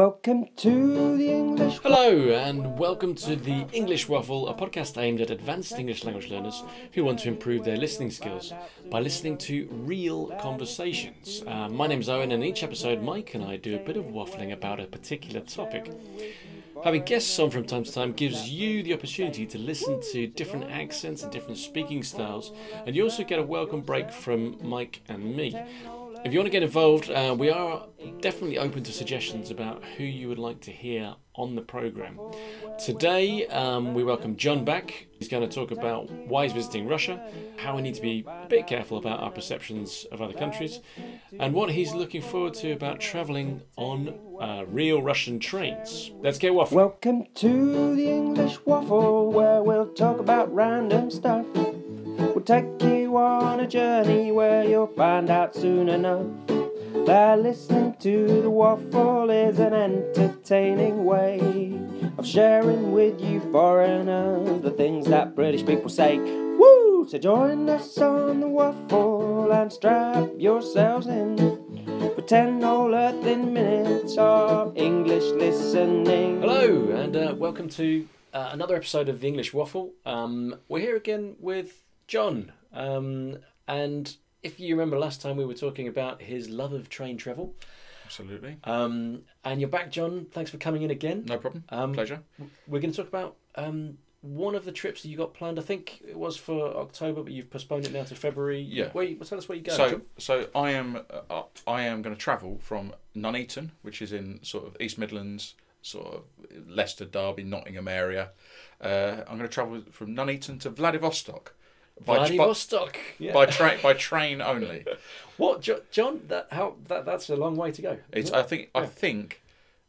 Welcome to the English. Hello, and welcome to the English Waffle, a podcast aimed at advanced English language learners who want to improve their listening skills by listening to real conversations. Uh, my name's Owen, and each episode, Mike and I do a bit of waffling about a particular topic. Having guests on from time to time gives you the opportunity to listen to different accents and different speaking styles, and you also get a welcome break from Mike and me. If you want to get involved, uh, we are definitely open to suggestions about who you would like to hear on the program. Today, um, we welcome John back. He's going to talk about why he's visiting Russia, how we need to be a bit careful about our perceptions of other countries, and what he's looking forward to about travelling on uh, real Russian trains. Let's get waffling. Welcome to the English Waffle, where we'll talk about random stuff. We'll take you on a journey where you'll find out soon enough that listening to the waffle is an entertaining way of sharing with you foreigners the things that British people say. Woo! So join us on the waffle and strap yourselves in. for ten whole earthing minutes of English listening. Hello, and uh, welcome to uh, another episode of the English Waffle. Um, we're here again with John. Um, and if you remember last time, we were talking about his love of train travel. Absolutely. Um, and you're back, John. Thanks for coming in again. No problem. Um, Pleasure. We're going to talk about um, one of the trips that you got planned. I think it was for October, but you've postponed it now to February. Yeah. Where you, tell us where you go. So, so I am uh, I am going to travel from Nuneaton, which is in sort of East Midlands, sort of Leicester, Derby, Nottingham area. Uh, I'm going to travel from Nuneaton to Vladivostok by by, Vladivostok. Yeah. by train by train only. What, Jo- John? That how that that's a long way to go. It's I think I think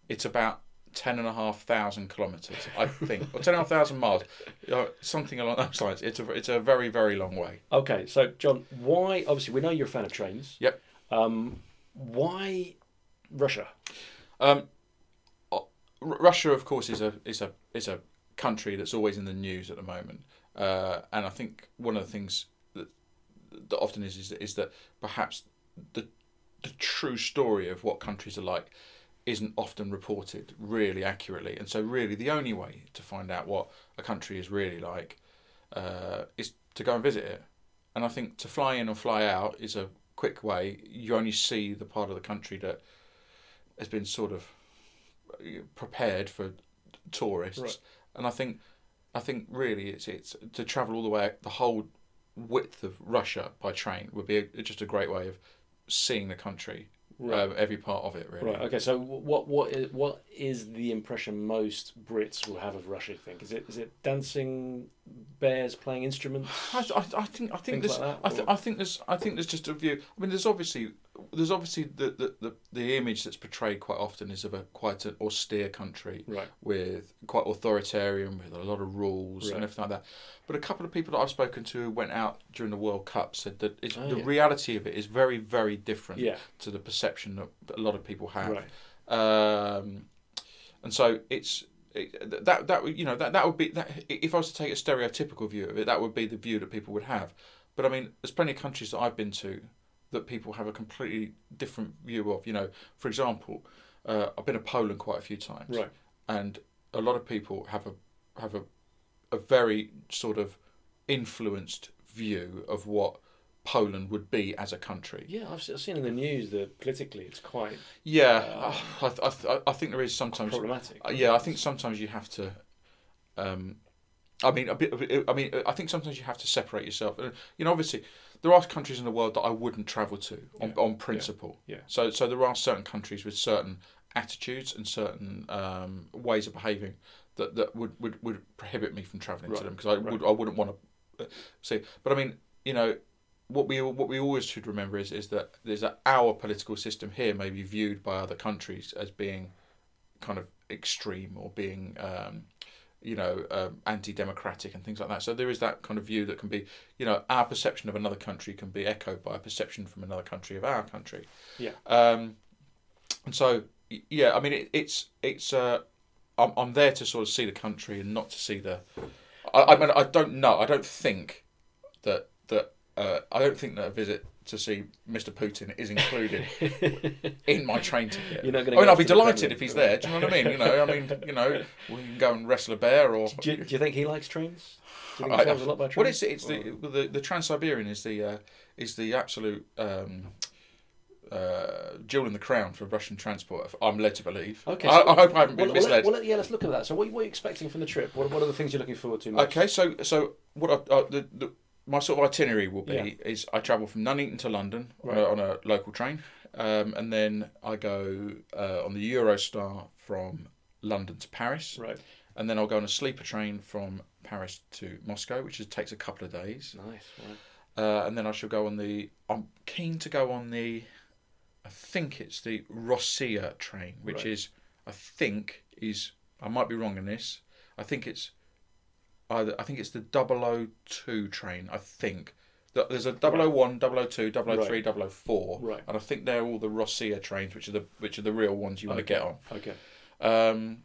it's about ten and a half thousand kilometres. I think or ten and a half thousand miles, Uh, something along those lines. It's a it's a very very long way. Okay, so John, why? Obviously, we know you're a fan of trains. Yep. Um, why Russia? Um, uh, R- Russia, of course, is a is a is a country that's always in the news at the moment, uh, and I think one of the things that that often is is, is that perhaps the the true story of what countries are like isn't often reported really accurately, and so really the only way to find out what a country is really like uh, is to go and visit it. And I think to fly in or fly out is a quick way. You only see the part of the country that has been sort of uh, prepared for tourists, Right. and I think I think really it's it's to travel all the way the whole width of Russia by train would be a, just a great way of seeing the country, Right. um, every part of it really. Right. Okay. So, what what is, what is the impression most Brits will have of Russia? You think is it is it dancing bears playing instruments? I, I, I think I think Things there's like that, I, th- or- I think there's I think there's just a view. I mean, there's obviously there's obviously the, the, the, the image that's portrayed quite often is of a quite an austere country, Right. with quite authoritarian with a lot of rules Right. and everything like that. But a couple of people that I've spoken to who went out during the World Cup said that it's, Oh, the yeah. reality of it is very very different Yeah. to the perception that a lot of people have. Right. Um, and so it's it, that that would- you know that that would be that if I was to take a stereotypical view of it, that would be the view that people would have. But I mean, there's plenty of countries that I've been to that people have a completely different view of. You know, for example, uh, I've been to Poland quite a few times, Right. and a lot of people have a have a a very sort of influenced view of what Poland would be as a country. Yeah, I've, se- I've seen in the news that politically it's quite Yeah, I, I, I, I think there is sometimes problematic. uh, yeah, I think sometimes you have to. Um, I mean, a bit. I mean, I think sometimes you have to separate yourself. And, You know, obviously, there are countries in the world that I wouldn't travel to on, on principle. yeah. So, so there are certain countries with certain attitudes and certain um, ways of behaving that, that would, would, would prohibit me from traveling Right, to them because I would I wouldn't want to see. But I mean, you know, what we what we always should remember is is that there's that our political system here may be viewed by other countries as being kind of extreme or being um, you know um, anti-democratic and things like that so there is that kind of view that can be you know our perception of another country can be echoed by a perception from another country of our country Yeah. um, and so y- yeah i mean it, it's it's uh, I'm, I'm there to sort of see the country and not to see the I, I mean i don't know i don't think that that uh, i don't think that a visit to see Mr. Putin is included in my train ticket. You're not gonna I mean, go I'll be to the delighted Kremlin. if he's there. Do you know what I mean? You know, I mean, you know, we can go and wrestle a bear or. Do you, do you think he likes trains? Do you think I- he travels a lot by train? Well, it's it's the the, the Trans Siberian is the uh, is the absolute um, uh, jewel in the crown for Russian transport. I'm led to believe. Okay, I, so- I hope I haven't been Well, well, misled. let, well, let- yeah, let's look at that. So, what, what are you expecting from the trip? What, what are the things you're looking forward to? Most? Okay, so so what I, uh, the, the my sort of itinerary will be Yeah. is I travel from Nuneaton to London Right. on, a, on a local train, um, and then I go uh, on the Eurostar from London to Paris, Right. and then I'll go on a sleeper train from Paris to Moscow, which is, takes a couple of days, Nice. Right. uh, and then I shall go on the. I'm keen to go on the. I think it's the Rossiya train, which Right. is I think is I might be wrong in this. I think it's either I think it's the 002 train. I think Th- there's a 001, 002, 003, 004, Right. and I think they're all the Rossiya trains, which are the which are the real ones you want to get on. Okay. Um,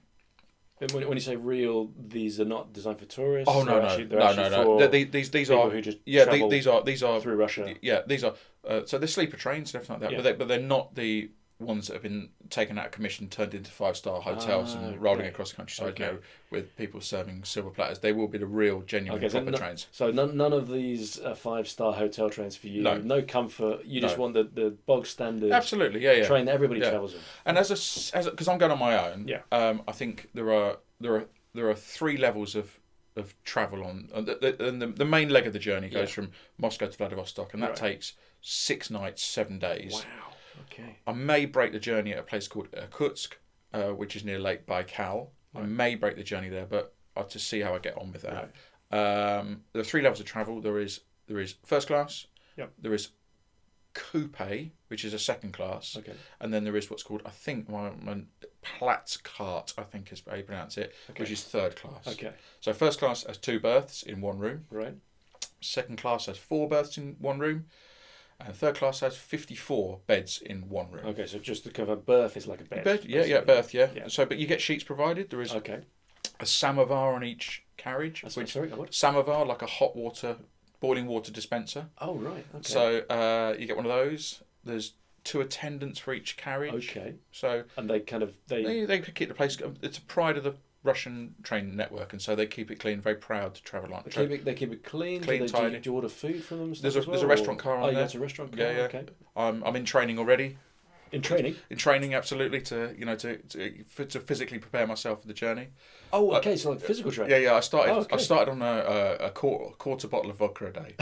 And when, when you say real, these are not designed for tourists. oh no They're no actually, they're no actually no no. for Th- These these these people are who just yeah the- travel these are these are through Russia. yeah, these are uh, so they're sleeper trains and everything like that, Yeah. but, they, but they're not the ones that have been taken out of commission, turned into five star hotels Ah, and rolling okay. across the countryside Okay. now with people serving silver platters. They will be the real, genuine Okay, so proper no- trains. So none, none of these uh, five star hotel trains for you. No. comfort. You just No. want the, the bog standard Absolutely, yeah, yeah. train that everybody Yeah. travels in. And as a s- as because I'm going on my own, Yeah. Um, I think there are there are there are three levels of of travel on, and the, and the, the main leg of the journey goes from Moscow to Vladivostok, and that Right. takes six nights, seven days. Okay. I may break the journey at a place called uh, Kutsk, uh, which is near Lake Baikal. I may break the journey there, but I'll just see how I get on with that. Um, there are three levels of travel. There is there is first class. Yep. There is coupe, which is a second class, Okay. and then there is what's called I think my, my Platzkart, I think is how you pronounce it, which is third class. Okay. So first class has two berths in one room. Right. Second class has four berths in one room, and third class has fifty-four beds in one room. Okay. So just to cover birth is like a bed. Bed, yeah, yeah, basically. berth, yeah. Yeah. So, but you get sheets provided. There is Okay. a samovar on each carriage, That's which sorry. What? samovar like a hot water, boiling water dispenser. Oh right. Okay. So uh, you get one of those. There's two attendants for each carriage. okay. So And they kind of they. they they keep the place. um, It's a pride of the Russian train network, and so they keep it clean. Very proud to travel like. They Tra- keep it. They keep it clean. Clean, do, they, do, tidy. you, do you order food from them? and There's stuff a- as there's a well, restaurant or- car on Oh, you there. got a restaurant car. Yeah, yeah. Okay. I'm I'm in training already. In training. In training, absolutely to you know to to, for, to physically prepare myself for the journey. Oh, okay. So like physical training. Yeah, yeah. I started. Oh, okay. I started on a, a, a quarter, quarter bottle of vodka a day,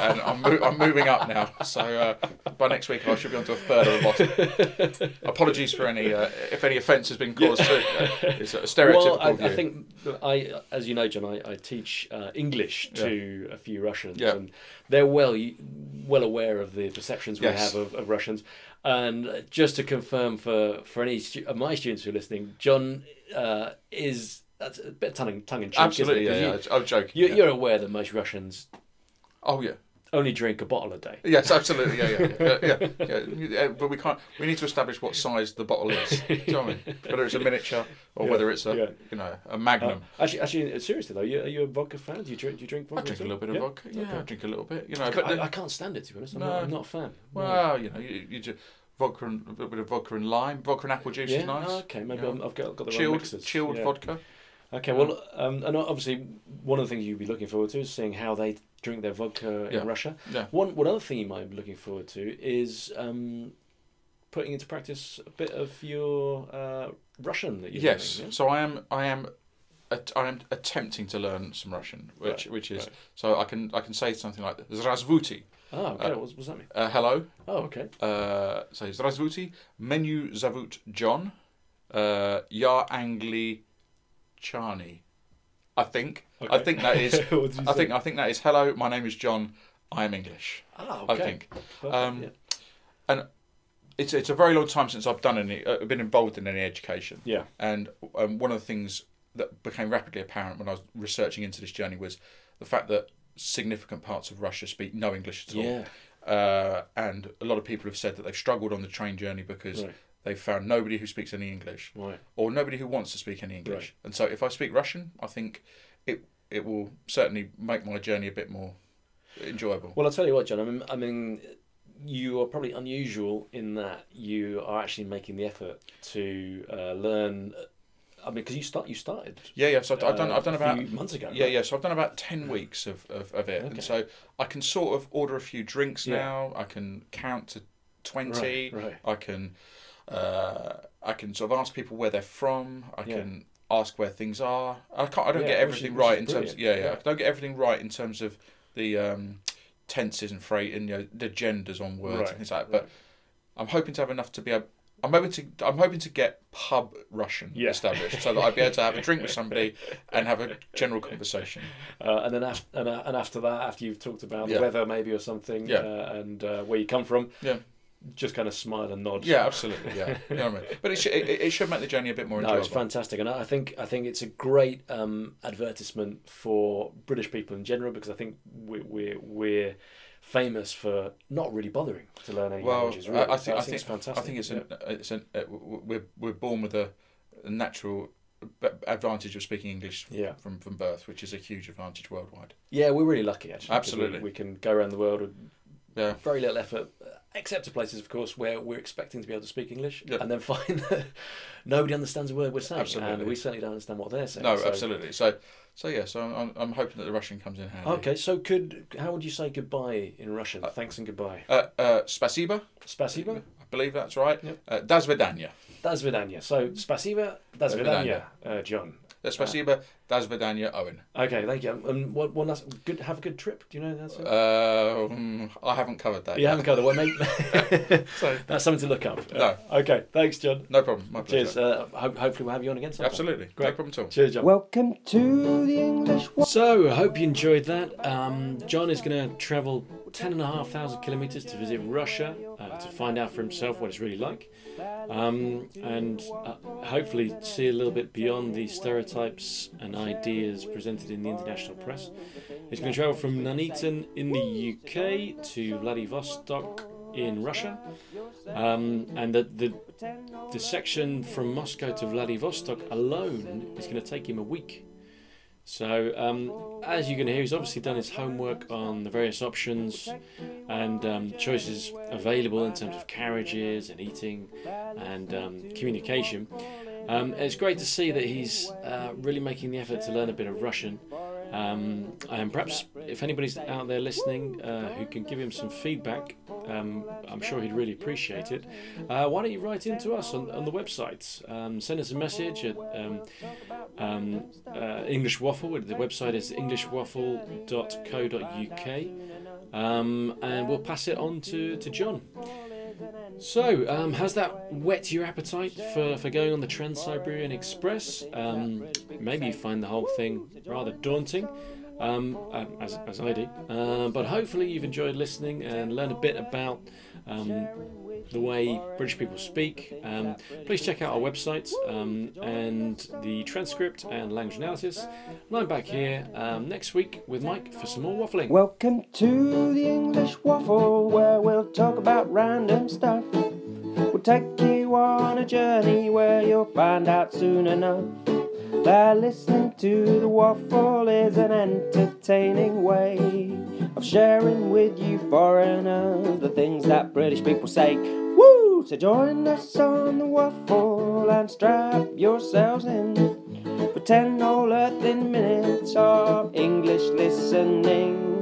and I'm, mo- I'm moving up now. So uh, by next week, I should be onto a third of a bottle. Apologies for any uh, if any offence has been caused. to- it's a stereotypical Well, I, view. I think I, as you know, John, I, I teach uh, English to a few Russians, Yeah. and they're well well aware of the perceptions we Yes. have of, of Russians. And just to confirm for for any stu- of my students who are listening, John uh, is that's a bit tongue tongue in cheek. absolutely. isn't it? Yeah, yeah. 'Cause I was joking. uh, You, you, yeah. You're aware that most Russians Oh yeah. only drink a bottle a day. Yes, absolutely. Yeah, yeah, yeah, yeah, yeah, yeah. But we can't. We need to establish what size the bottle is. Do you know what I mean? Whether it's a miniature or whether it's a yeah. you know a magnum. Actually, actually, seriously though, you, are you a vodka fan? Do you drink? Do you drink I vodka? at drink a all? little bit of Uh, Yeah? vodka. Yeah, I drink a little bit. You know, I, but the- I can't stand it to be honest. I'm, No. not, I'm not a fan. No. Well, you know, you, you just vodka and a bit of vodka and lime, vodka and apple juice Yeah. is nice. oh, okay. Maybe Yeah. I'm- I've got, got the wrong chilled, mixes. chilled yeah. vodka. Okay. Well, um, and obviously one of the things you'd be looking forward to is seeing how they drink their vodka Yeah. in Russia. Yeah. One one other thing you might be looking forward to is um, putting into practice a bit of your uh, Russian that you're Yes. learning, So I am, I am, att- I am attempting to learn some Russian, which Right, which is right. so I can I can say something like Zrazvuti, yeah? Oh, okay. what's, what's that mean? uh, hello. Oh, okay. Uh, so Zrazvuti, menu zavut John, uh, ya angli, chani, I think. I Okay. think that is. What did you I say? think I think that is. Hello, my name is John. I am English. Ah, I okay. think. Perfect, um, yeah. it's it's a very long time since I've done any uh, been involved in any education. Yeah. And um, one of the things that became rapidly apparent when I was researching into this journey was the fact that significant parts of Russia speak no English at all. Yeah. Uh, and a lot of people have said that they've struggled on the train journey because Right. they've found nobody who speaks any English Right. or nobody who wants to speak any English. Right. And so if I speak Russian, I think it it will certainly make my journey a bit more enjoyable. Well, I'll tell you what, John. I mean, I mean, you are probably unusual in that you are actually making the effort to uh, learn. I mean, because you start, you started. Yeah, yeah. So I've, I've done. uh, I've done a about few months ago. Yeah, right? yeah. So I've done about ten weeks of, of, of it, Okay. and so I can sort of order a few drinks Yeah. now. I can count to twenty. Right, right. I can, uh, I can sort of ask people where they're from. I Yeah. can ask where things are. I can't. I don't Yeah, which get is- everything which right is in terms. brilliant. Yeah, yeah, Yeah. I don't get everything right in terms of the um, tenses and phrase and you know, the genders on words Right, and things like that. But I'm hoping to have enough to be able. I'm hoping to. I'm hoping to get pub Russian Yeah. established so that I'd be able to have a drink with somebody and have a general conversation. Uh, and then af- and, uh, and after that, after you've talked about Yeah. the weather maybe or something, Yeah. uh, and uh, where you come from, Yeah. just kind of smile and nod. Yeah, absolutely. Yeah, you know what I mean. But it should it, it should make the journey a bit more No, enjoyable. it's fantastic, and I I think I think it's a great um, advertisement for British people in general because I think we're we're, we're famous for not really bothering to learn any Well, languages. Really. I, I So think I think it's fantastic. I think it's yeah. an, it's an, uh, w- w- we're we're born with a, a natural b- advantage of speaking English Yeah. from from birth, which is a huge advantage worldwide. yeah, we're really lucky actually. 'cause we- Absolutely. we, can go around the world with Yeah, very little effort, uh, except to places, of course, where we're expecting to be able to speak English, Yeah. and then find that nobody understands a word we're saying, and Absolutely. we certainly don't understand what they're saying. no, so- absolutely. So so yeah, so I'm I'm hoping that the Russian comes in handy. Okay, so could how would you say goodbye in Russian? Thanks and goodbye. Uh, uh, spasiba, Спасибо. I believe that's right. Yep. Uh, до свидания. До свидания. So, спасибо, до свидания, uh, John. Uh, Spasiba, до свидания, Owen. Okay, thank you. And what one last good? Have a good trip. Do you know that's it? Uh, mm, I haven't covered that. you haven't covered one, mate. So that's something to look up. No. Okay, thanks, John. no problem. My pleasure. Cheers. Uh, ho- hopefully, we'll have you on again sometime. Absolutely. No Great. problem at all. Cheers, John. Welcome to the English Waffle. So, I hope you enjoyed that. Um, John is going to travel 10,500 kilometres to visit Russia uh, to find out for himself what it's really like. Um, and uh, hopefully see a little bit beyond the stereotypes and ideas presented in the international press. He's going to travel from Nuneaton in the UK to Vladivostok in Russia. Um, and the, the, the section from Moscow to Vladivostok alone is going to take him a week. So, um, as you can hear, he's obviously done his homework on the various options and um, choices available in terms of carriages and eating and um, communication. Um, and it's great to see that he's uh, really making the effort to learn a bit of Russian. Um, and perhaps if anybody's out there listening uh, who can give him some feedback, um, I'm sure he'd really appreciate it. Uh, why don't you write in to us on, on the website? Um, send us a message at um, um, uh, English Waffle. The website is englishwaffle.co.uk. Um, and we'll pass it on to, to John. So, um, has that whet your appetite for, for going on the Trans Siberian Express? Um, maybe you find the whole thing rather daunting, um, um, as, as I do. Um, but hopefully, you've enjoyed listening and learned a bit about um, the way British people speak. Um, please check out our website um, and the transcript and language analysis. And I'm back here um, next week with Mike for some more waffling. Welcome to the English Waffle, where we'll talk about random stuff. We'll take you on a journey where you'll find out soon enough that listening to the waffle is an entertaining way of sharing with you foreigners the things that British people say. Woo! So join us on the waffle and strap yourselves in for 10 all earthen minutes of English listening.